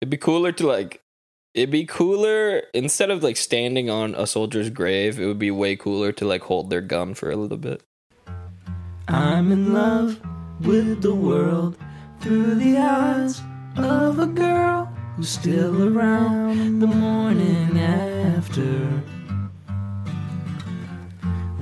It'd be cooler to like. It'd be cooler instead of like standing on a soldier's grave. It would be way cooler to like hold their gun for a little bit. I'm in love with the world through the eyes of a girl who's still around in the morning after.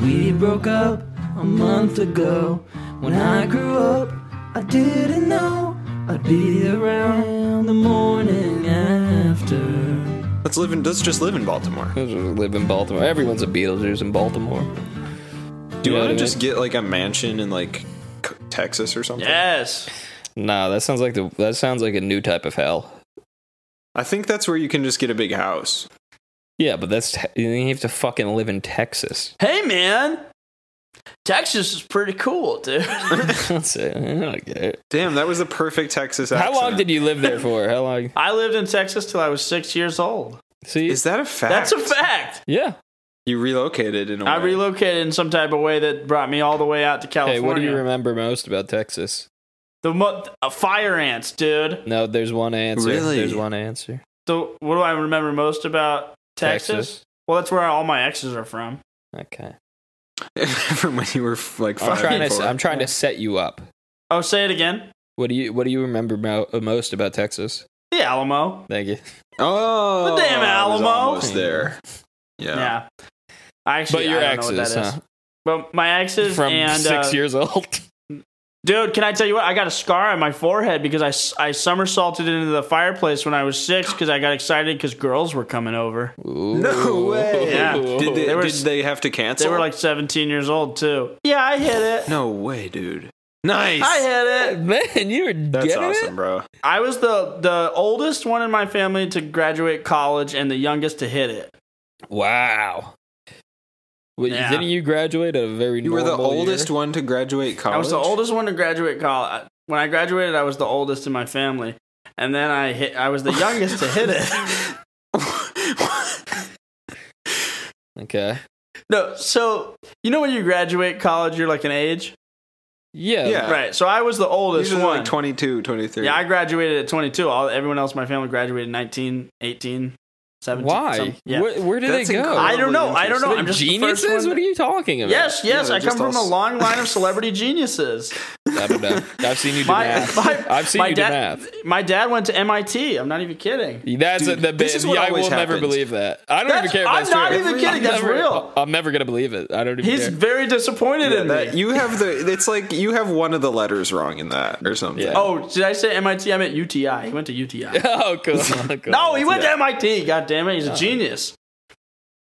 We broke up a month ago. When I grew up, I didn't know I'd be around the morning after. Let's live in. Let's just live in Baltimore. I live in Baltimore. Everyone's a Beetlejuice in Baltimore. Do you Yeah, want to dude. just get like a mansion in like C- Texas or something? Yes. Nah, that sounds like the that sounds like a new type of hell. I think that's where you can just get a big house. Yeah, but that's you have to fucking live in Texas. Hey, man. Texas is pretty cool, dude. That's it. I don't get it. Damn, that was the perfect Texas How accent. long did you live there for? How long? I lived in Texas till I was six years old. See, Is that a fact? That's a fact. yeah. You relocated in a way. I relocated in some type of way that brought me all the way out to Hey, California. what do you remember most about Texas? The mo- uh, fire ants, dude. No, there's one answer. Really? There's one answer. The, what do I remember most about Texas? Well, that's where all my exes are from. Okay. From when you were f- like I'm five. trying and to four. I'm trying to set you up. Oh, say it again. What do you What do you remember mo- most about Texas? The Alamo. Thank you. oh, The damn I was Alamo. almost there. Yeah. Yeah. I actually But your I don't know what exes, that is. huh? But my exes From and six uh, years old. Dude, can I tell you what? I got a scar on my forehead because I, s- I somersaulted into the fireplace when I was six because I got excited because girls were coming over. No Ooh. way. Yeah. Did they, They were did s- they have to cancel? They were like 17 years old, too. Yeah, I hit it. no way, dude. Nice. I hit it. Man, you were That's getting awesome, it. bro. I was the, the oldest one in my family to graduate college and the youngest to hit it. Wow. Well, Yeah. Didn't you graduate at a very? You were the normal oldest year? one to graduate college. I was the oldest one to graduate college. When I graduated, I was the oldest in my family. And then I hit. I was the youngest to hit it. Okay. No, so you know when you graduate college, you're like an age, Yeah. Yeah. right? So I was the oldest Usually one. like 22, 23. Yeah, I graduated at 22. All everyone else in my family graduated 19, 18, 17. Why? some- Yeah. Where, where did That's they go? incredible. I don't know. I don't know. They're I'm just the first Geniuses? one What are you talking that- about? Yes, yes. they're I come just all from a s- long line of celebrity geniuses. I don't know. I've seen you do My, math. my, I've seen my you dad, do My dad went to MIT. I'm not even kidding. math. That's Dude, a, the this bit- is what yeah, I will always never happens. believe that. I don't That's- even care if I'm that's not true. even kidding, I'm that's never- real. I'm never gonna believe it. I don't even. He's care. very disappointed Yeah, in that- me. you have the. It's like you have one of the letters wrong in that or something. Yeah. oh, did I say MIT? I meant UTI. He went to UTI. oh, cool. Oh, cool. no, he went to MIT. God damn it, he's Uh-huh. a genius.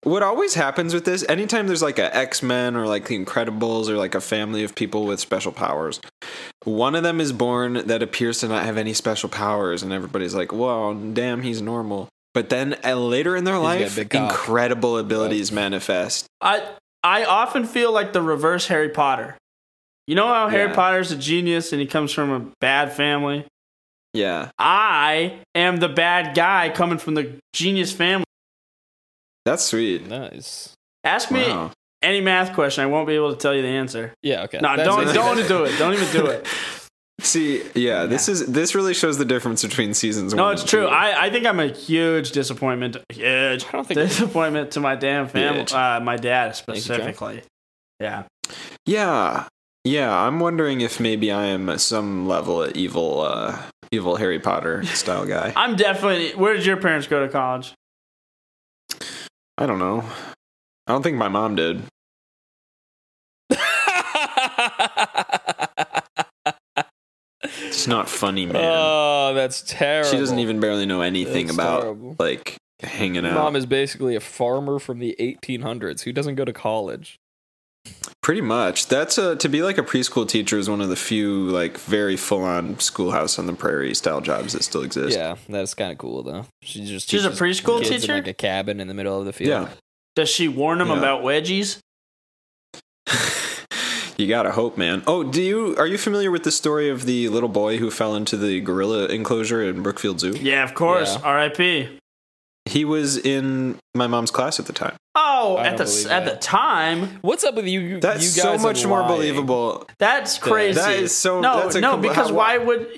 What always happens with this, anytime there's like a X Men or like the Incredibles or like a family of people with special powers, one of them is born that appears to not have any special powers, and everybody's like, "Well, damn, he's normal." But then uh, later in their got a life, big cock. incredible abilities manifest. I I often feel like the reverse Harry Potter. You know how Harry Yeah. Potter's a genius and he comes from a bad family? Yeah, I am the bad guy coming from the genius family. that's sweet. Nice. Ask me Wow. any math question, I won't be able to tell you the answer. Yeah. Okay. No, That's don't it. don't even do it. Don't even do it. See, yeah, this is this really shows the difference between seasons. No, one it's and true. two. I, I think I'm a huge disappointment. Huge I don't think- disappointment to my damn family. Huge. Uh, my dad you, Jack. specifically. Yeah. Yeah. Yeah, I'm wondering if maybe I am some level of evil uh evil Harry Potter style guy. I'm definitely. Where did your parents go to college? I don't know. I don't think my mom did. It's not funny, man. oh, that's terrible. she doesn't even barely know anything That's about terrible. like hanging Your out. Mom is basically a farmer from the 1800s who doesn't go to college. Pretty much. That's a, to be like a preschool teacher is one of the few like very full on schoolhouse on the prairie style jobs that still exist. Yeah, that's kind of cool though. She just She's a teaches preschool kids teacher? in like a cabin in the middle of the field. Yeah. Does she warn them Yeah. about wedgies? You gotta hope, man. Oh, do you are you familiar with the story of the little boy who fell into the gorilla enclosure in Brookfield Zoo? Yeah, of course. Yeah. R.I.P. He was in my mom's class at the time. Oh, I at the don't believe at that. the time, What's up with you? you That's guys so much are more lying. believable. that's crazy. That is so- No, that's a no, compl- because how- why would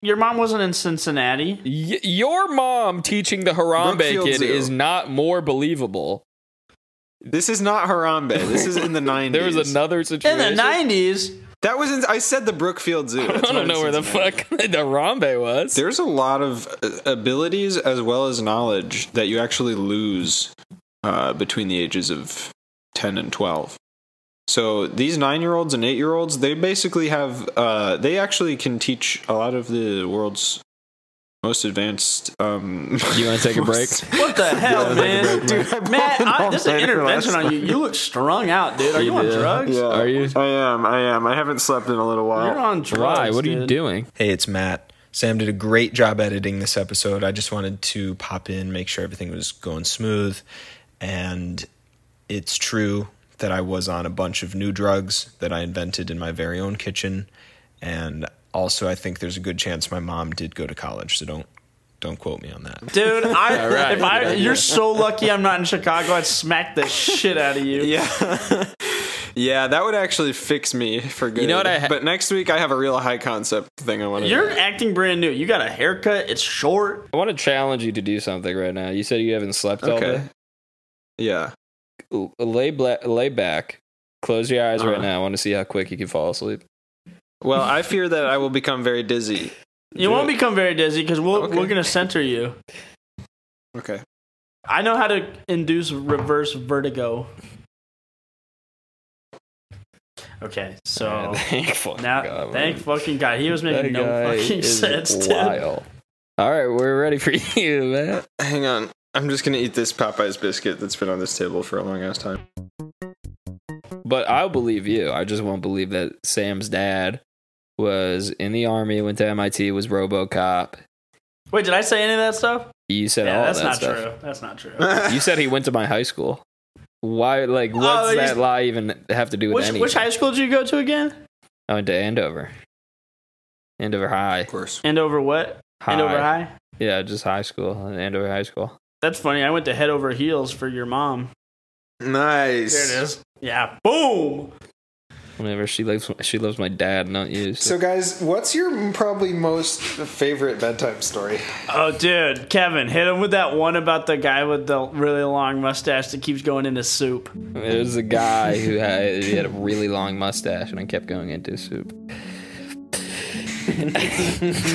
Your mom wasn't in Cincinnati. Y- your mom teaching the Harambe Brookfield kid Zoo. is not more believable. This is not Harambe. This is in the 90s. There was another In situation. the nineties, That was in. I said the Brookfield Zoo. I don't know where the fuck the Harambe was. There's a lot of uh, abilities as well as knowledge that you actually lose uh, between the ages of 10 and 12. So these nine year olds and eight year olds, they basically have, uh, they actually can teach a lot of the world's most advanced. Um, You wanna take a break? most- what the hell, man? Dude, I pulled Matt, an I, this is an all-nighter intervention last on you. You look strung out, dude. Are you, You on do. drugs? Yeah. Are you- I am. I am. I haven't slept in a little while. You're on drugs. Why? Oh, What are you dude. doing? Hey, it's Matt. Sam did a great job editing this episode. I just wanted to pop in, make sure everything was going smooth. And it's true that I was on a bunch of new drugs that I invented in my very own kitchen. And also, I think there's a good chance my mom did go to college, so don't don't quote me on that. Dude, I, right. if I, Yeah, you're so lucky I'm not in Chicago. I'd smack the shit out of you. Yeah. yeah, that would actually fix me for good. know what I ha- but next week I have a real high concept thing I want to You're acting brand new. You got a haircut. It's short. I want to challenge you to do something right now. You said you haven't slept Okay. Yeah. all day. L- Lay, bla- lay back. Close your eyes right Uh-huh. now. I want to see how quick you can fall asleep. Well, I fear that I will become very dizzy. You won't become very dizzy because we'll, Okay. we're going to center you. Okay. I know how to induce reverse vertigo. Okay, so Man, thank fucking Oh. now, God, thank man. fucking God, he was That making no guy fucking is sense. dude. wild. All right, we're ready for you, man. Hang on. I'm just going to eat this Popeye's biscuit that's been on this table for a long ass time. But I'll believe you. I just won't believe that Sam's dad was in the army, went to MIT, was RoboCop. Wait, did I say any of that stuff? You said Yeah, all that's that not stuff. true. That's not true. You said he went to my high school. Why? Like, what's Oh, you- that lie even have to do with which, anything? which high school did you go to again? I went to Andover. Andover High. course. And over what? high. And over high. Yeah, just high school. Andover High School. That's funny. I went to head over heels for your mom. Nice. is. Yeah. Boom. Whenever she loves, she loves my dad, not you. So. So, guys, what's your probably most favorite bedtime story? Oh, dude, Kevin, hit him with that one about the guy with the really long mustache that keeps going into soup. There was a guy who had, he had a really long mustache, and I kept going into soup.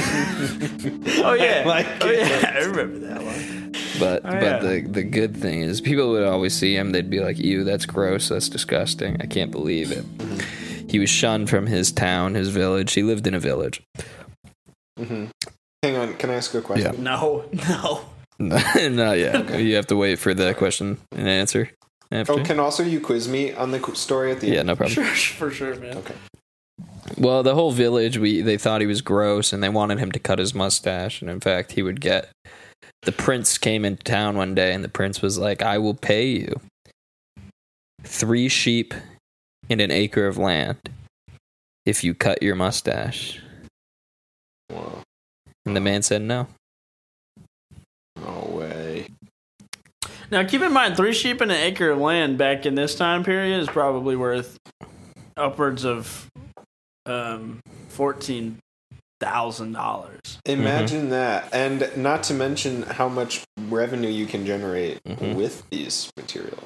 Oh yeah, oh, yeah, I remember that one. But but Oh, yeah. the the good thing is, people would always see him. They'd be like, "Ew, that's gross. That's disgusting. I can't believe it." Mm-hmm. He was shunned from his town, his village. He lived in a village. Mm-hmm. Hang on. Can I ask a question? No, no. not yet. You have to wait for the question and answer. After. Oh, can also you quiz me on the qu- story at the Yeah, end? no problem. For sure, man. Well, the whole village, we they thought he was gross, and they wanted him to cut his mustache. And in fact, he would get. The prince came into town one day, and the prince was like, "I will pay you three sheep and an acre of land if you cut your mustache." Whoa. And the man said no. No way. Now keep in mind, three sheep and an acre of land back in this time period is probably worth upwards of um fourteen thousand dollars. Mm-hmm. Imagine that. And not to mention how much revenue you can generate Mhm. with these materials.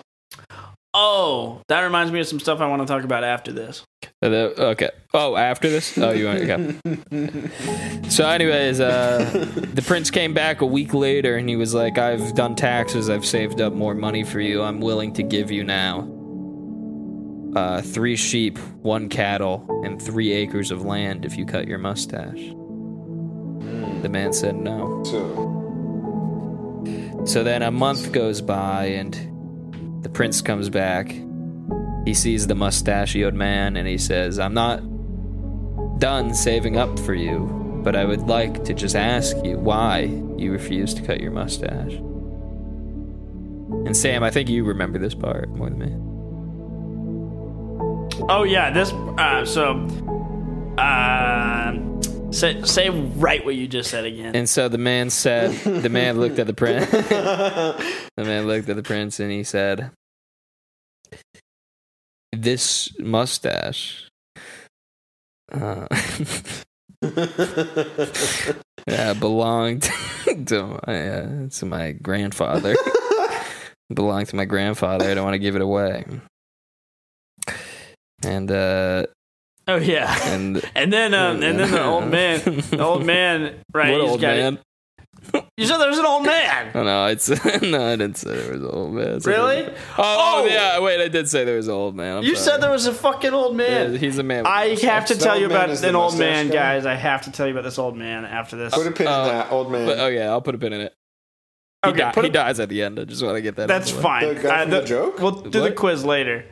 Oh, that reminds me of some stuff I want to talk about after this. Uh, the- okay. Oh, after this? Oh, you want okay. So, anyways, uh, the prince came back a week later and he was like, I've done taxes. I've saved up more money for you. I'm willing to give you now uh, three sheep, one cattle, and three acres of land if you cut your mustache. The man said no. So, So then a month goes by, and the prince comes back. He sees the mustachioed man and he says, I'm not done saving up for you, but I would like to just ask you why you refuse to cut your mustache. And Sam, I think you remember this part more than me. Oh yeah, this. Uh, so, um, say say right what you just said again. And so the man said, the man looked at the prince. the man looked at the prince and he said, This mustache. Uh, Yeah, it belonged to my, uh, to my grandfather. It belonged to my grandfather. I don't want to give it away. And uh Oh yeah. and oh, And then um and then the old man the old man right what he's old got it. man? You said there's an old man. Oh no, it's no, I didn't say there was an old man. I said there Really? was- Oh, Oh! oh, yeah, wait, I did say there was an old man. I'm You sorry. said there was a fucking old man. Yeah, he's a man. I have to The tell old you man about is an the old man, mustache guy? guys. I have to tell you about this old man after this. Put a pin Uh, in that old man. But, oh yeah, I'll put a pin in it. He, Okay, di- put he a- dies at the end. I just want to get that. That's out of the way. fine. The guy from the joke? We'll do the What? quiz later.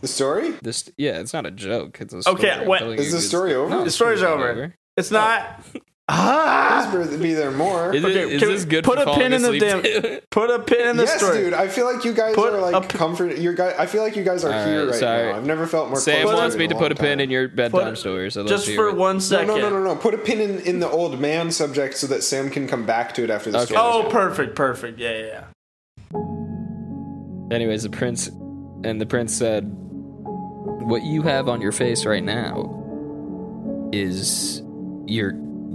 the story? This yeah, it's not a joke. It's a story. Okay, I'm what- telling Is you, the it's- story over? No, The story's not over. It's Oh. not. Ah! Whisper that be there more. Is, it- Okay, is can this we good? put for a falling pin in the asleep damn- too? Put a pin in the yes, story. dude. I feel like you guys Put are a like p- comfort. You guys, I feel like you guys All are right, here right sorry. now. I've never felt more. Sam close wants you me in to a put a long pin time. in your bedtime story. So let's Just hear for it. one No, second. no, no, no, no. Put a pin in, in the old man subject so that Sam can come back to it after the Okay. story. Oh, perfect, perfect. Yeah, yeah, yeah. Anyways, the prince and the prince said, "What you have on your face right now is your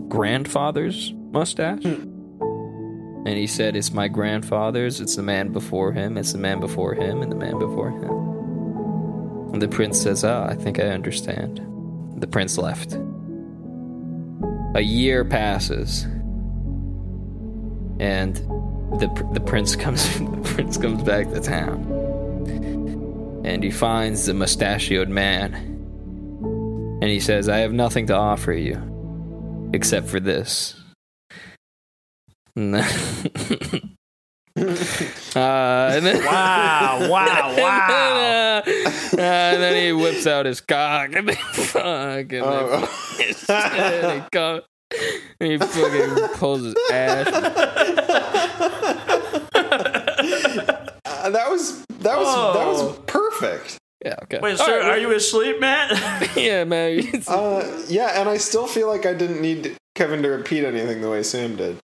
grandfather's mustache." And he said, "It's my grandfather's. It's the man before him. It's the man before him, and the man before him." And the prince says, "Ah, I think I understand." The prince left. A year passes, and the pr- the prince comes the prince comes back to town, and he finds the mustachioed man, and he says, "I have nothing to offer you, except for this." Uh, And then- Uh, and then- Wow, Ah, wow, wow. and, then, uh, uh, and then he whips out his cock and they fuck and, they Oh. fuck- and he come- and he fucking pulls his ass. Uh, that was that was that was Oh. perfect. Yeah, okay. Wait, All sir, right, are you asleep, Matt? Yeah, man. It's- Uh, yeah, and I still feel like I didn't need Kevin to repeat anything the way Sam did.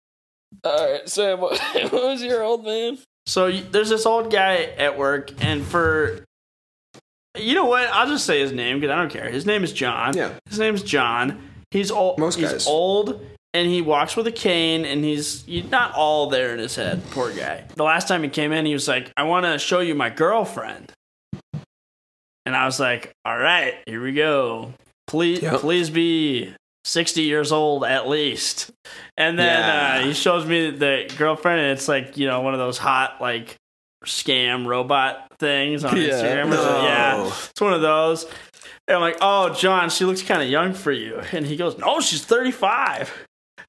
All right, Sam. What, what was your old man? so y- there's this old guy at work, and for you know what, I'll just say his name because I don't care. His name is John. Yeah. His name's John. He's old. Most he's guys. old, and he walks with a cane, and he's he's not all there in his head. Poor guy. The last time he came in, he was like, "I want to show you my girlfriend," and I was like, "All right, here we go. Please, Yep. please be." 60 years old at least. And then Yeah. uh, he shows me the girlfriend, and it's like, you know, one of those hot, like, scam robot things on Yeah. Instagram. or something. Yeah. It's one of those. And I'm like, oh, John, she looks kind of young for you. And he goes, no, she's 35.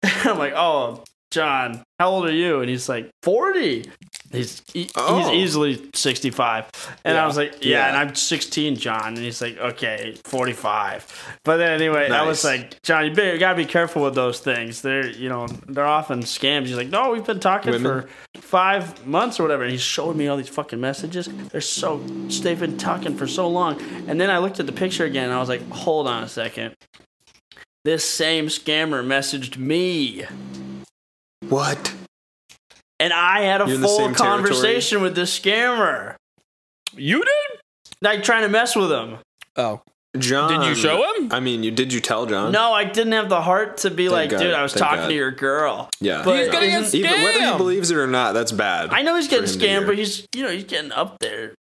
And I'm like, oh, John, how old are you? And he's like, 40. He's he, he's Oh. easily 65. And I Yeah. was like, yeah, Yeah. and I'm 16, John. And he's like, okay, 45. But then anyway, I was Nice. like, John, you, better, you gotta be careful with those things. They're you know they're often scams. He's like, no, we've been talking Women? for five months or whatever. And he showed me all these fucking messages. They're so they've been talking for so long. And then I looked at the picture again. and I was like, hold on a second. This same scammer messaged me What? and I had a You're in the full same territory. conversation with this scammer, You did? like trying to mess with him. Oh, John? Did you show him? I mean, you did. You tell John? No, I didn't have the heart to be like, God, dude, I was thank talking God. to your girl. Yeah. But- he's gonna get Isn't- scammed. Even whether he believes it or not, that's bad. I know he's for getting him to hear. scammed, but he's you know he's getting up there.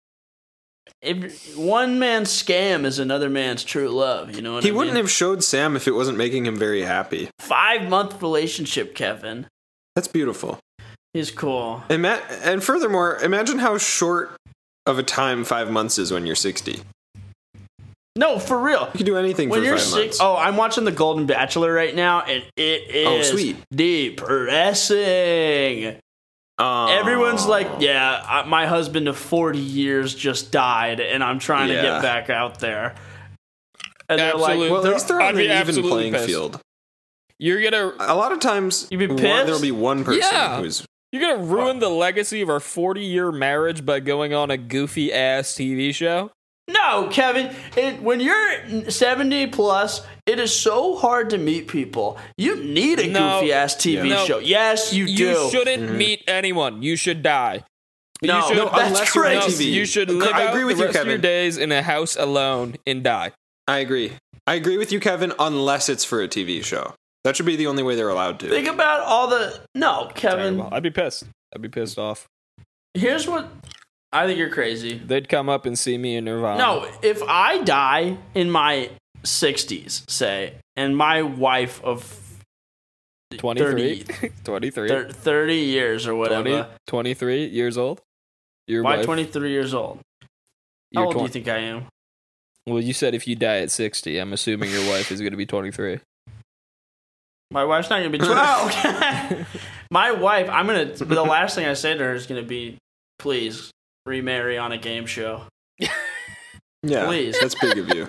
If one man's scam is another man's true love, you know what He I wouldn't mean? have showed Sam if it wasn't making him very happy. five month relationship, Kevin. That's beautiful. He's cool. And, ma- and furthermore, imagine how short of a time five months is when you're 60. You No, for real. can do anything When for you're five six, months. oh, I'm watching The Golden Bachelor right now, and it Oh, is sweet. depressing. oh, Aw. Everyone's like, yeah, I, my husband of 40 years just died, and I'm trying to Yeah. get back out there. And they're Absolutely. like, Well, at least they're I'd on be an even absolutely playing pissed. field. You're gonna A lot of times, You'd be one- pissed? there'll be one person Yeah. who's. you're gonna Oh. ruin the legacy of our 40 year marriage by going on a goofy ass TV show. no, Kevin, it, when you're 70 plus, it is so hard to meet people. You need a No. goofy ass TV Yeah. No. show. Yes, you, You do. shouldn't Mm-hmm. meet anyone. You should die. No. you should, No, that's unless you're on crazy. TV. You should live I out agree the with you, rest of your Kevin. days in a house alone and die. I agree. I agree with you, Kevin, unless it's for a TV show. That should be the only way they're allowed to. Think about all the no, Kevin. I'd be pissed. I'd be pissed off. Here's what I think you're crazy. They'd come up and see me in Nirvana. No, if I die in my 60s, say, and my wife of 23. 23. thir- 30 years or whatever, 20, 23 years old. Your why wife- 23 years old? your How old do you twen- think I am? Well, you said if you die at 60, I'm assuming your wife is going to be 23. My wife's not gonna be 12. my wife, I'm gonna. The last thing I say to her is gonna be, "Please remarry on a game show." yeah, Please. that's big of you.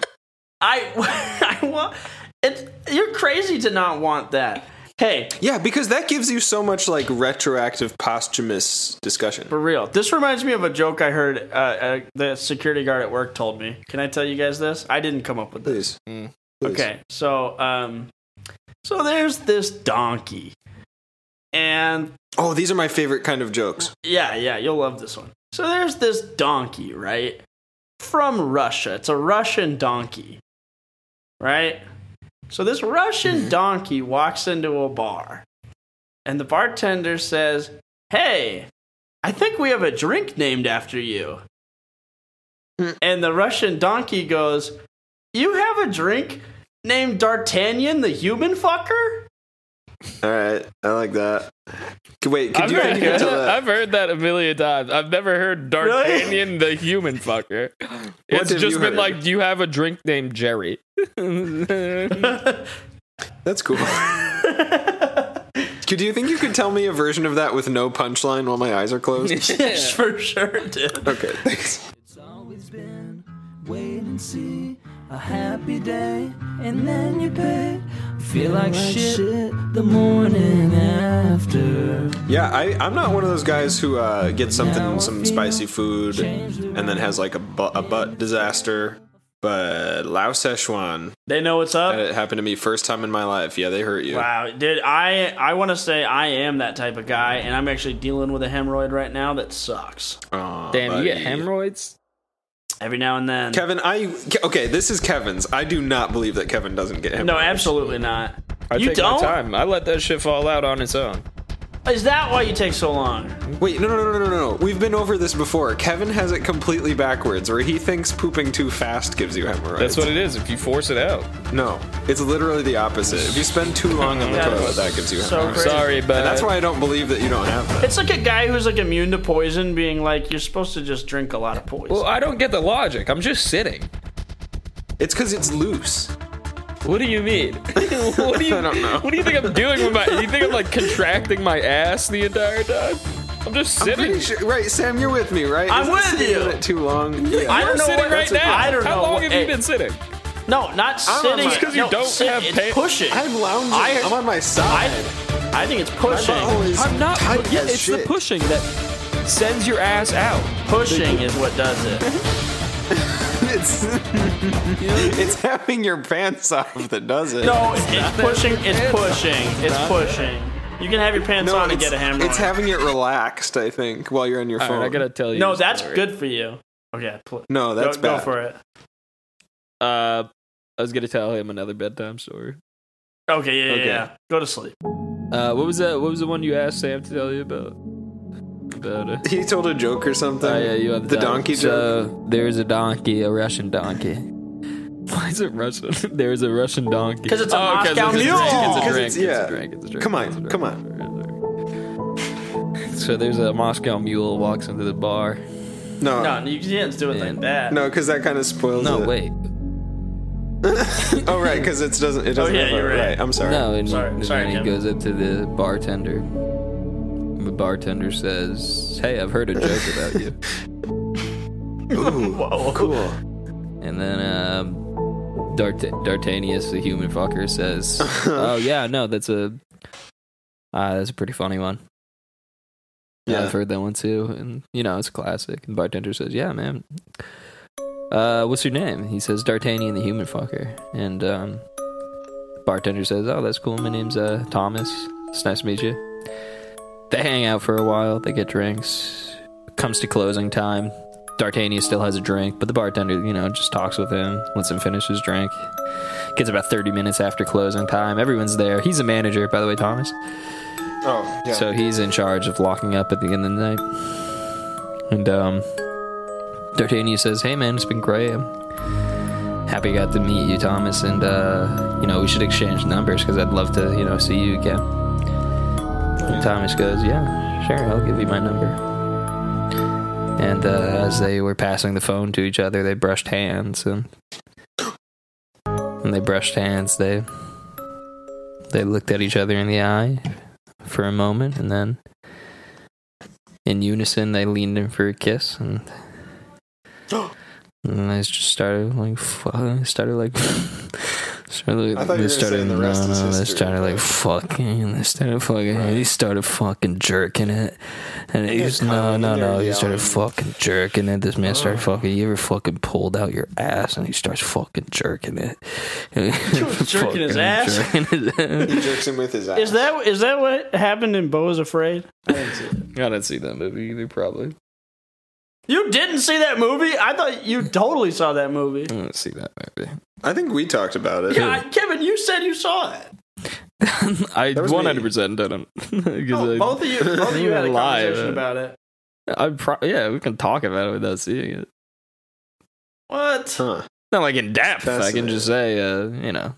I, I want. It, you're crazy to not want that. Hey, Yeah, because that gives you so much like retroactive posthumous discussion. for real. This reminds me of a joke I heard. Uh, uh, the security guard at work told me. Can I tell you guys this? I didn't come up with this. Please. Mm. Please. Okay, so um, so there's this donkey, and Oh, these are my favorite kind of jokes. Yeah, yeah, you'll love this one. So there's this donkey, right? From Russia. It's a Russian donkey, right? So this Russian donkey walks into a bar, and the bartender says, Hey, I think we have a drink named after you. And the Russian donkey goes, You have a drink named D'Artagnan the human fucker? All right, I like that. C- Wait, could I've, you heard think you could that, tell that? I've heard that a million times. I've never heard D'Artagnan the human fucker. It's have just you been heard? like, you have a drink named Jerry. That's cool. Could you think you could tell me a version of that with no punchline while my eyes are closed? For sure, dude. okay, thanks. It's always been wait and see a happy day, and then you pay. Feel like shit the morning after. Yeah, I, I'm not one of those guys who uh, gets something, some spicy food, and then has like a, bu- a butt disaster. But Lao Szechuan, They know what's up. that happened to me first time in my life. Yeah, they hurt you. Wow, dude, I I want to say I am that type of guy, and I'm actually dealing with a hemorrhoid right now that sucks. Aw, Damn, you get buddy. hemorrhoids? Every now and then. Kevin, I Ke- okay. This is Kevin's. I do not believe that Kevin doesn't get him. no, absolutely not. I you take my don't? time. I let that shit fall out on its own. Is that why you take so long? Wait, no, no, no, no, no, no. We've been over this before. Kevin has it completely backwards, where he thinks pooping too fast gives you hemorrhoids. That's what it is if you force it out. No, it's literally the opposite. If you spend too long on the Yeah, toilet, that's that gives you so hemorrhoids. crazy. Sorry, but And that's why I don't believe that you don't have that. It's like a guy who's like immune to poison, being like, you're supposed to just drink a lot of poison. Well, I don't get the logic. I'm just sitting. It's because it's loose. What do you mean? what do you? I don't know. What do you think I'm doing with my? You think I'm like contracting my ass the entire time? I'm just I'm sitting. pretty sure, right, Sam? You're with me, right? I'm Isn't with sitting you. in it Too long. Yeah. I You're don't know sitting what- right now. I don't How know long what- have you hey. been sitting? no, not sitting. It's 'cause you no, don't sit, have it's pa- pushing. I'm lounging. I, I- am on my I, side. I think it's pushing. always tight as shit. pushing that sends your ass out. Pushing is what does it. It's, it's having your pants off that does it. No, it's, pushing. It's pushing. It's pushing. You can have your pants on and it's, get a hemorrhoid. it's having it relaxed, I think, while you're on your All phone. right, I gotta tell you. No, this that's story. good for you. Okay, pl- No, that's go, bad. Go for it. Uh, I was gonna tell him another bedtime story. Okay, yeah, yeah, Okay. yeah. Go to sleep. Uh, what was that? What was the one you asked Sam to tell you about? About uh, He told a joke or something. Oh, yeah, you have the time. donkey joke. So there's a donkey, a Russian donkey. Why is it Russian? there's a Russian donkey. 'Cause it's a Moscow Oh, 'cause it's mule. a 'Cause drink, it's- It's a yeah. drink. It's a drink. Come It's a on, drink. come So there's a Moscow mule walks into the bar. No, no, No, you can't do it like Man. that. because that kind of spoils No, it. wait. Oh, right, because it doesn't. It Oh, doesn't. yeah, have a- you're right. I'm sorry. No, and, Sorry, and sorry, then he Tim. goes up to the bartender. The bartender says, "Hey, I've heard a joke about you." Whoa. Cool. And then um, Dart- Dartanius, the human fucker, says, "Oh yeah, no, that's a uh, that's a pretty funny one. Yeah. Yeah. I've heard that one too, and you know it's a classic." And bartender says, "Yeah, man. Uh, what's your name?" He says, "D'Artagnan, the human fucker." And um, bartender says, "Oh, that's cool. My name's uh, Thomas. It's nice to meet you." They hang out for a while. They get drinks. Comes to closing time. D'Artagnan still has a drink, but the bartender, you know, just talks with him, lets him finish his drink. Gets about 30 minutes after closing time. Everyone's there. He's a manager, by the way, Thomas. Oh, yeah. So he's in charge of locking up at the end of the night. And um D'Artagnan says, Hey man, it's been great. I'm happy I got to meet you, Thomas, and uh, you know, we should exchange numbers because I'd love to, you know, see you again. And Thomas goes, Yeah, sure, I'll give you my number. And uh, as they were passing the phone to each other, they brushed hands and when they brushed hands, they they looked at each other in the eye for a moment and then in unison they leaned in for a kiss and and I just started like fuck, started like started I like thought you they were started saying the no rest is no they history, started like but- fucking and they started fucking and he started fucking jerking it and he Yeah, was no coming no in there no he started yelling. fucking jerking it this man started fucking you ever fucking pulled out your ass and he starts fucking jerking it jerking his Fucking ass? jerking his ass. he jerks him with his ass. Is that is that what happened in Bo is Afraid? I didn't see it. I didn't see that movie either, probably. You didn't see that movie? I thought you totally saw that movie. I didn't see that movie. I think we talked about it. God, Kevin, you said you saw it. I That was me. 100% didn't. 'Cause Oh, I- both of you, both of you had a Lie, conversation uh, about it. I pro- yeah, we can talk about it without seeing it. What? Huh. Not like in depth. I can just say, uh, you know,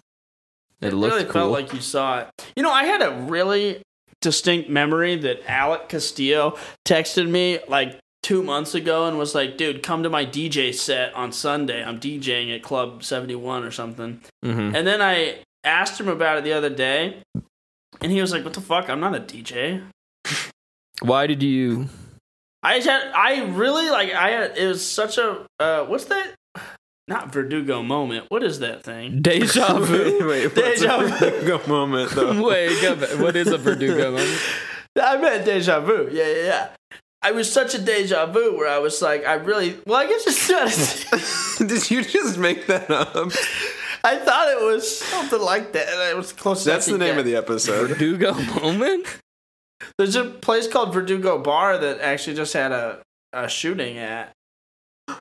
it, looked really cool. felt like you saw it. You know, I had a really distinct memory that Alec Castillo texted me like two months ago and was like, "Dude, come to my DJ set on Sunday. I'm DJing at Club 71 or something." Mhm. And then I asked him about it the other day, and he was like, "What the fuck? I'm not a DJ." Why did you? I just had, I really like, I had, it was such a, uh, what's that? Not Verdugo moment. What is that thing? Deja wait, vu. wait, what's Deja a vu. Vertigo moment though? Wait, go back. what is a Verdugo moment? I meant deja vu. Yeah, yeah, yeah. I was such a deja vu where I was like, I really, well, I guess it's not, a, Did you just make that up? I thought it was something like that. And it was close That's the name of the episode. Verdugo moment? There's a place called Verdugo Bar that actually just had a, a shooting at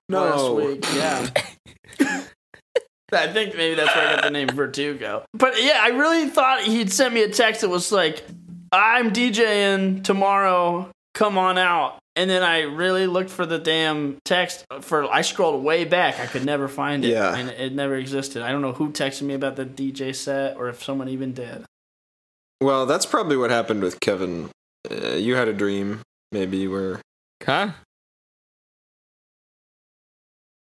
last No. week. Yeah. I think maybe that's where I got the name Vertigo. But yeah, I really thought he'd sent me a text that was like, I'm DJing tomorrow, come on out. And then I really looked for the damn text for I scrolled way back. I could never find it. Yeah. And it never existed. I don't know who texted me about the DJ set or if someone even did. Well, that's probably what happened with Kevin. Uh, you had a dream. Maybe you were. Huh?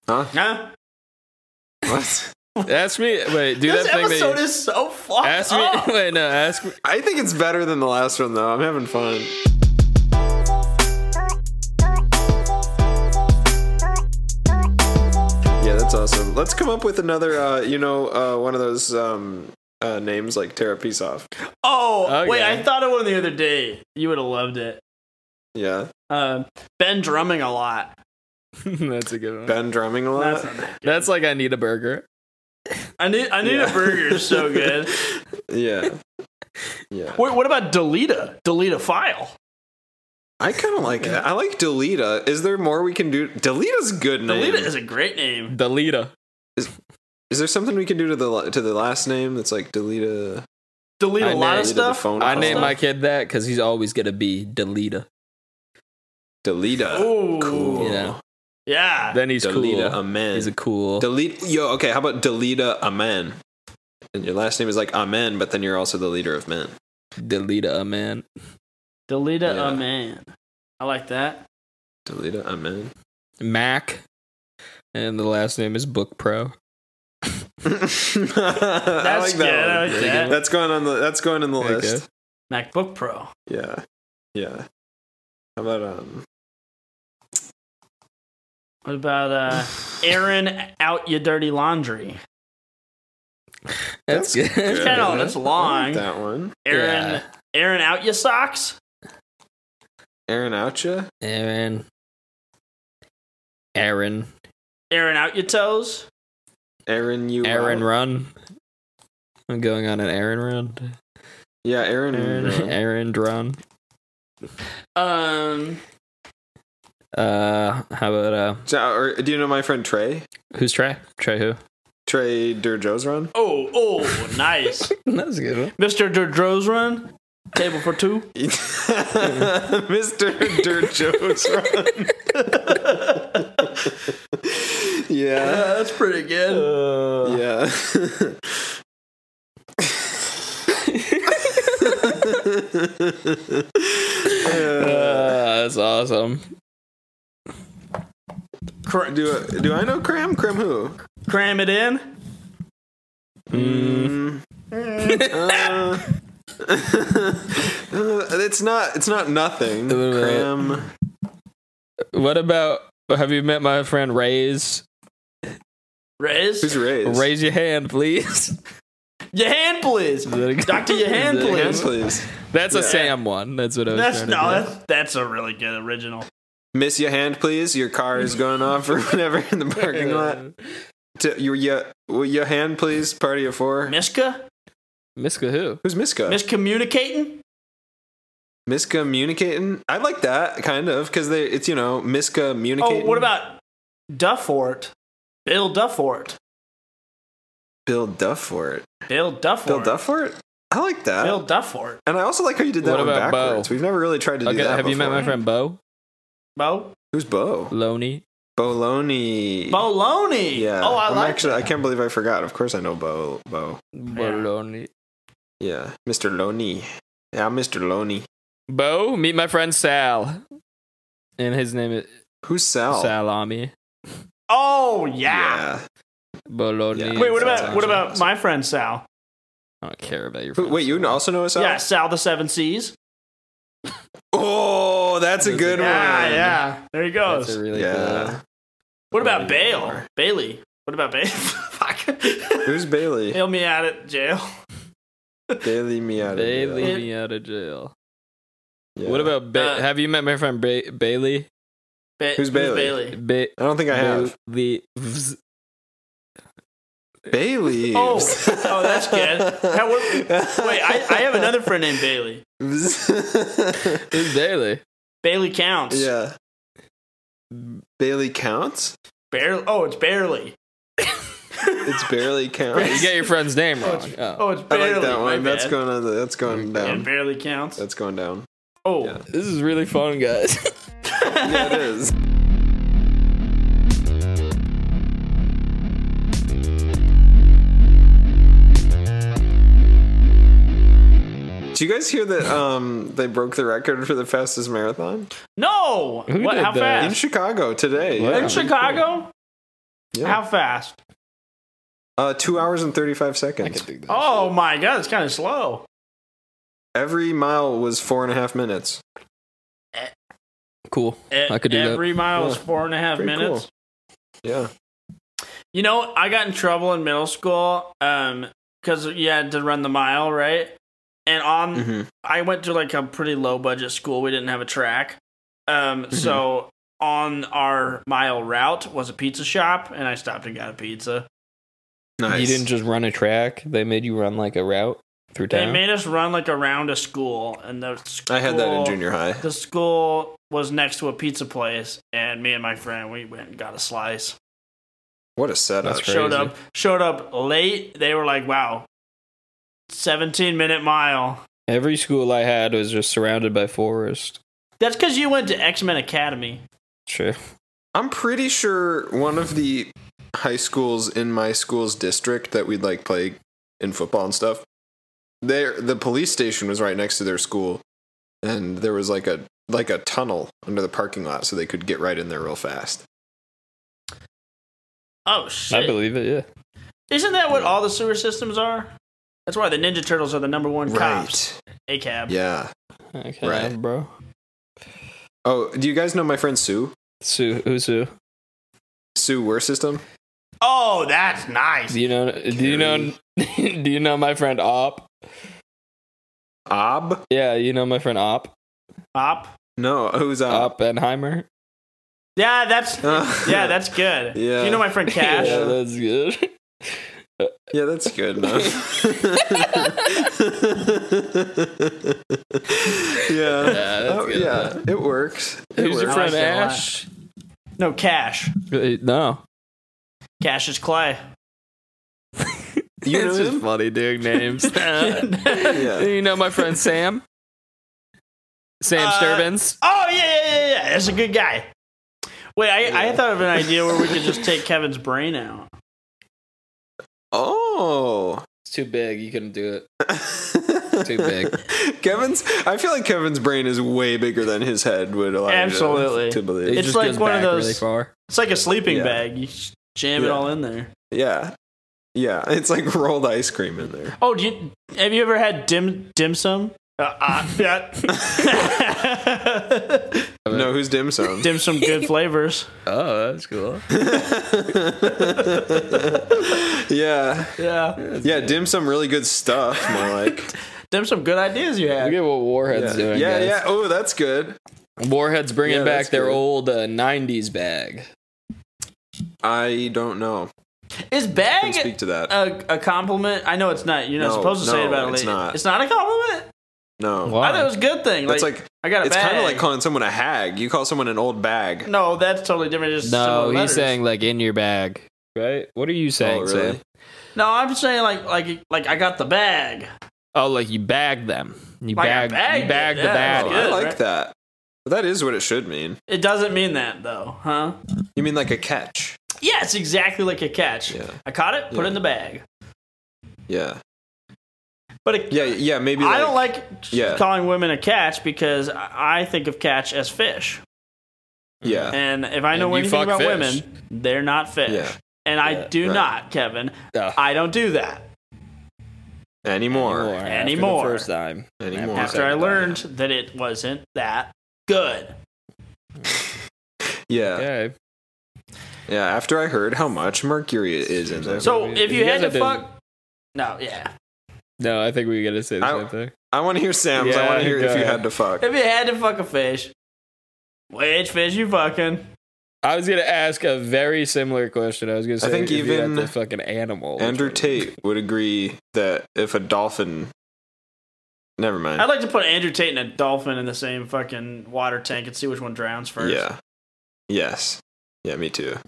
Huh? Huh? What? Ask me. Wait, do this that thing. episode That you, is so fucked ask me. up. Wait, no. Ask me. I think it's better than the last one though. I'm having fun. Yeah, that's awesome. Let's come up with another. Uh, you know, uh, one of those um, uh, names like Tara Pisov. Oh, Okay. wait, I thought of one the other day. You would have loved it. Yeah, Uh, been drumming a lot. That's a good one. Ben drumming a lot. Oh, That's not that good. That's like I need a burger. I need I need Yeah. a burger so good. yeah, yeah. Wait, what about delete a delete a file? I kind of like that. I like Delita. Is there more we can do? Delita's a good name. Delete is a great name. Delita. Is there something we can do to the to the last name that's like Delita? Delete I a lot named of it the stuff. phone I call. named my kid that because he's always gonna be Delita. Delita. Ooh, Cool. Yeah. yeah. Then he's Delita cool. Amen. He's a cool. Delete. Yo, okay. How about Delita Amen? And your last name is like Amen, but then you're also the leader of men. Delita a man. Delete Yeah. a man. I like that. Delita Amen. Mac. And the last name is Book Pro. That's that's good. I like that. That's going on the. That's going in the Okay. list. MacBook Pro. Yeah, yeah. How about um? What about uh, Aaron out your dirty laundry? That's, That's good. Kind of that's I long. like that one. Aaron Yeah. Aaron out your socks. Aaron Oucha. Aaron. Aaron. Aaron out your toes. Aaron you. Aaron out. run. I'm going on an Aaron run. Yeah, Aaron. Aaron, Aaron. Aaron run. Um, Uh, how about uh, So, or, do you know my friend Trey? who's Trey? Trey who? Trey Durjo's run. Oh, oh, nice. That's a good one. Mr. Derdro's run. Table for two. Mr. Durjo's run. yeah. Uh, that's pretty good. Yeah. Uh, that's awesome. Cr- do I, do I know Cram? Cram who? cram it in. Uh, It's not. It's not nothing. little bit. Cram. What about? Have you met my friend Raise? Raise Who's Ray's? Raise your hand, please. your hand, please. Doctor, your hand, Is it Yes, please. please. That's a Yeah. Sam one. That's what I was That's trying no, to that's, that's a really good original. Miss your hand, please. Your car is going off or whatever in the parking do. Uh, lot. To, your, your, well, your hand, please. Party of four. Miska, Miska who? Who's Miska? miscommunicating. miscommunicating. I like that kind of because they. It's you know Oh, miscommunicating. what about Duffort? Bill Duffort. Bill Duffort? Bill Duffort. Bill Duffort. I like that. Bill Duffort. and I also like how you did that What one about Bo? backwards. We've never really tried to Okay, do that. have you met before. my friend Bo? Bo. Who's Bo? Loney. Bologna. Bologna. Yeah. Oh, I I'm like actually. that. I can't believe I forgot. Of course, I know Bo. Bo. Bologna. Yeah, Mr. Loney. Yeah, I'm Mr. Loney. Bo, meet my friend Sal. And his name is Who's Sal? Salami. Oh yeah. Yeah. Bologna. Yeah. Wait, what That's about what actually about awesome. my friend Sal? I don't care about your Who, friend. wait, you also know a Sal? Yeah, Sal the Seven Seas. Oh, that's a good Yeah, one. yeah. There he goes. That's a really Yeah. good one. what about Bale? Bailey. What about Bale? Fuck. Who's Bailey? Bail me out at jail. Bailey Miata. Bailey Yeah. me out of jail. Yeah. What about ba- Uh, have you met my friend ba- Bailey? Ba- Who's Bailey? Ba- I don't think I have. Bailey. vz- Bailey. Oh, oh, that's good. Now, what- wait, I, I have another friend named Bailey. Who's Bailey? Bailey counts. yeah. Bailey counts. Barely. Oh, it's barely. It's barely You counts. get your friend's name wrong. Oh. Oh, it's I barely. like that my one. That's bad. going on. The, that's going It down. barely counts. That's going down. oh, yeah. This is really fun, guys. Yeah, it is. Do you guys hear that um, they broke the record for the fastest marathon no. Who what? did How that? in fast? Chicago today? Wow. In Chicago? Yeah. How fast? Uh, two hours and thirty-five I seconds. can do that. Oh my god, it's kind of slow. Every mile was four and a half minutes. Cool. E- I could do that. Every mile is Yeah. four and a half Pretty cool. minutes. Yeah. You know, I got in trouble in middle school um because you had to run the mile, right? And on Mhm. I went to like a pretty low budget school. We didn't have a track. Um, Mm-hmm. so on our mile route was a pizza shop, and I stopped and got a pizza. Nice. You didn't just run a track. They made you run like a route through They town. made us run like around a school, and the school, I had that in junior high. The school was next to a pizza place, and me and my friend we went and got a slice. What a setup. That's Showed Crazy. up, showed up late. They were like, "Wow, seventeen minute mile." Every school I had was just surrounded by forest. That's because you went to X Men Academy. True. I'm pretty sure one of the high schools in my school's district that we'd like play in football and stuff. There, the police station was right next to their school, and there was like a like a tunnel under the parking lot, so they could get right in there real fast. Oh shit! I believe it. Yeah. Isn't that what all the sewer systems are? That's why the Ninja Turtles are the number one cops. A cab. Yeah. Okay, Right. bro. Oh, do you guys know my friend Sue? Sue, who's Sue? Sue War System. Oh, that's nice. Do you know? Do you know? do you know my friend Op? Ob? Yeah, you know my friend Op. Pop. No, uh, who's Ob? Oppenheimer. Yeah, that's Uh, yeah, that's good. Yeah. You know my friend Cash. Oh, Yeah, that's good. Yeah, that's good enough. yeah. that's Oh, good yeah, it works. It Who's your works. friend like that a lot. Ash? No, Cash. Uh, No. Cash is Clay. You know it's just him? funny doing names. You know my friend Sam? Sam Uh, Sturbins? Oh yeah, yeah, yeah, yeah. That's a good guy. Wait, I, I thought of an idea where we could just take Kevin's brain out. Oh. It's too big. You couldn't do it. Too big. Kevin's. I feel like Kevin's brain is way bigger than his head would allow. you to- Absolutely. To believe. It It's just like goes one of back Really those- far. It's like a sleeping Yeah. bag. You just jam it Yeah. all in there. yeah. Yeah. It's like rolled ice cream in there. Oh, do you, have you ever had dim dim sum? Uh, uh, yeah. No, who's dim sum? dim sum good flavors. Oh, that's cool. yeah. Yeah, Yeah. Dim sum. Really good stuff. More like. dim sum good ideas you Look had. at what Warhead's Yeah. doing. yeah. guys. yeah. Oh, that's good. Warhead's bringing Yeah, back that's their good. old uh, 90s bag. I don't know. Is I can bag speak to that. a, a compliment? I know it's not. You're not No, supposed to say no, it about a it's lady. not. It's not a compliment. No. Why? I thought it was a good thing. That's like, like I got a it's bag. kind of like calling someone a hag. You call someone an old bag. No, that's totally different. Just No, similar he's letters. saying like in your bag, right? What are you saying, Oh, Sam? really? No, I'm just saying like like like I got the bag. Oh, like you bagged them. You Like, I bagged, bagged you it, bagged the yeah. bag. Oh, Good, I like right? that. That is what it should mean. It doesn't mean that though, huh? You mean like a catch? Yeah, it's exactly like a catch. Yeah. I caught it, put it Yeah. in the bag. Yeah. But a, Yeah. Yeah. Maybe. Like, I don't like Yeah. calling women a catch because I I think of catch as fish. Yeah. And if I know And you anything fuck about fish. women, they're not fish. Yeah. And I Yeah, do right. not, Kevin. Ugh. I don't do that. Anymore. Anymore. after the Anymore. first time. Anymore. the After After second I time, learned that it wasn't that good. yeah. Yeah. yeah. Okay. After I heard how much mercury is in there, So you- if you, you had to guys are doing- fuck No, yeah. No, I think we gotta say the I- same thing. I want to hear Sam's. I Yeah, want to hear go if you ahead. had to fuck. If you had to fuck a fish, which fish you fucking? I was gonna ask a very similar question. I was gonna say, think if you had even to fucking animal. which Andrew one? Tate would agree that if a dolphin. Never I'd mind. like to put Andrew Tate and a dolphin in the same fucking water tank and see which one drowns first. Yeah. Yes. Yeah. Me too.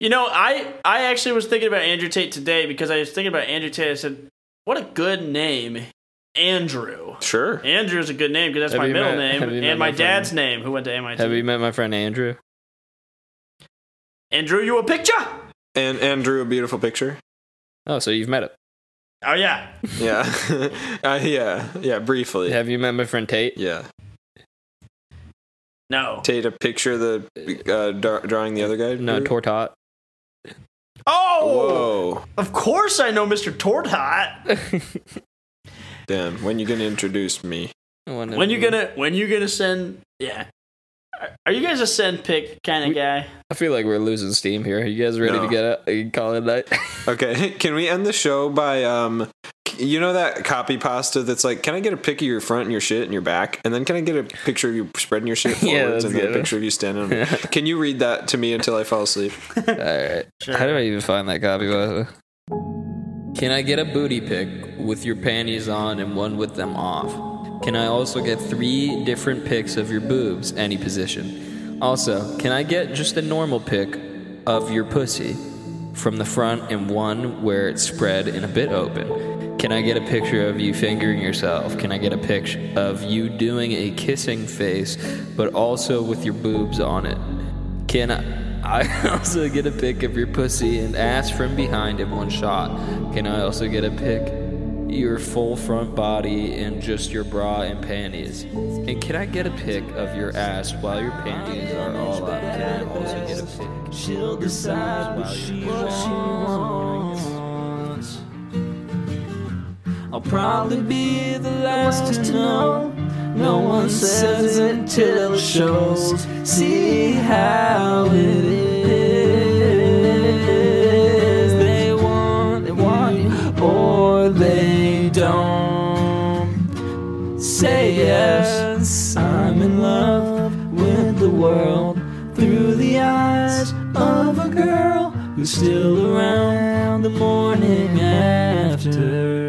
You know, I I actually was thinking about Andrew Tate today because I was thinking about Andrew Tate. I said, what a good name, Andrew. Sure. Andrew is a good name because that's Have my you middle met- name have you met and my my friend- dad's name who went to MIT. Have you met my friend Andrew? Andrew, you a picture? And and drew a beautiful picture. Oh, so you've met him. Oh yeah. Yeah. uh, yeah. Yeah. Briefly. Have you met my friend Tate? Yeah. No. Tate a picture of the uh, dar- drawing the other guy. No, drew? Tortot. Oh, Whoa. of course I know Mr. Tortot. Damn. When you gonna introduce me? when you gonna when you gonna send? Yeah. Are- Are you guys a send pick kind of We- guy? I feel like we're losing steam here. You guys ready No. to get up and call it a night? Okay. Can we end the show by um, c- you know that copy pasta that's like, can I get a pic of your front and your shit and your back, and then can I get a picture of you spreading your shit Yeah, that's forwards and then a good. picture of you standing? on it? Can you read that to me until I fall asleep? All right. How do I even find that copy? by the way? Can I get a booty pic with your panties on and one with them off? Can I also get three different pics of your boobs, any position? Also, can I get just a normal pic of your pussy from the front and one where it's spread and a bit open? Can I get a picture of you fingering yourself? Can I get a picture of you doing a kissing face, but also with your boobs on it? Can I, I also get a pic of your pussy and ass from behind in one shot? Can I also get a pic your full front body and just your bra and panties? And can I get a pic of your ass while your panties are all up? Can I also get a pic? She'll decide what she wants. I'll probably be the last to know. No one says it till it shows. See how it is. They want, they want you, or they don't. Say yes. I'm in love with the world through the eyes of a girl who's still around the the morning after.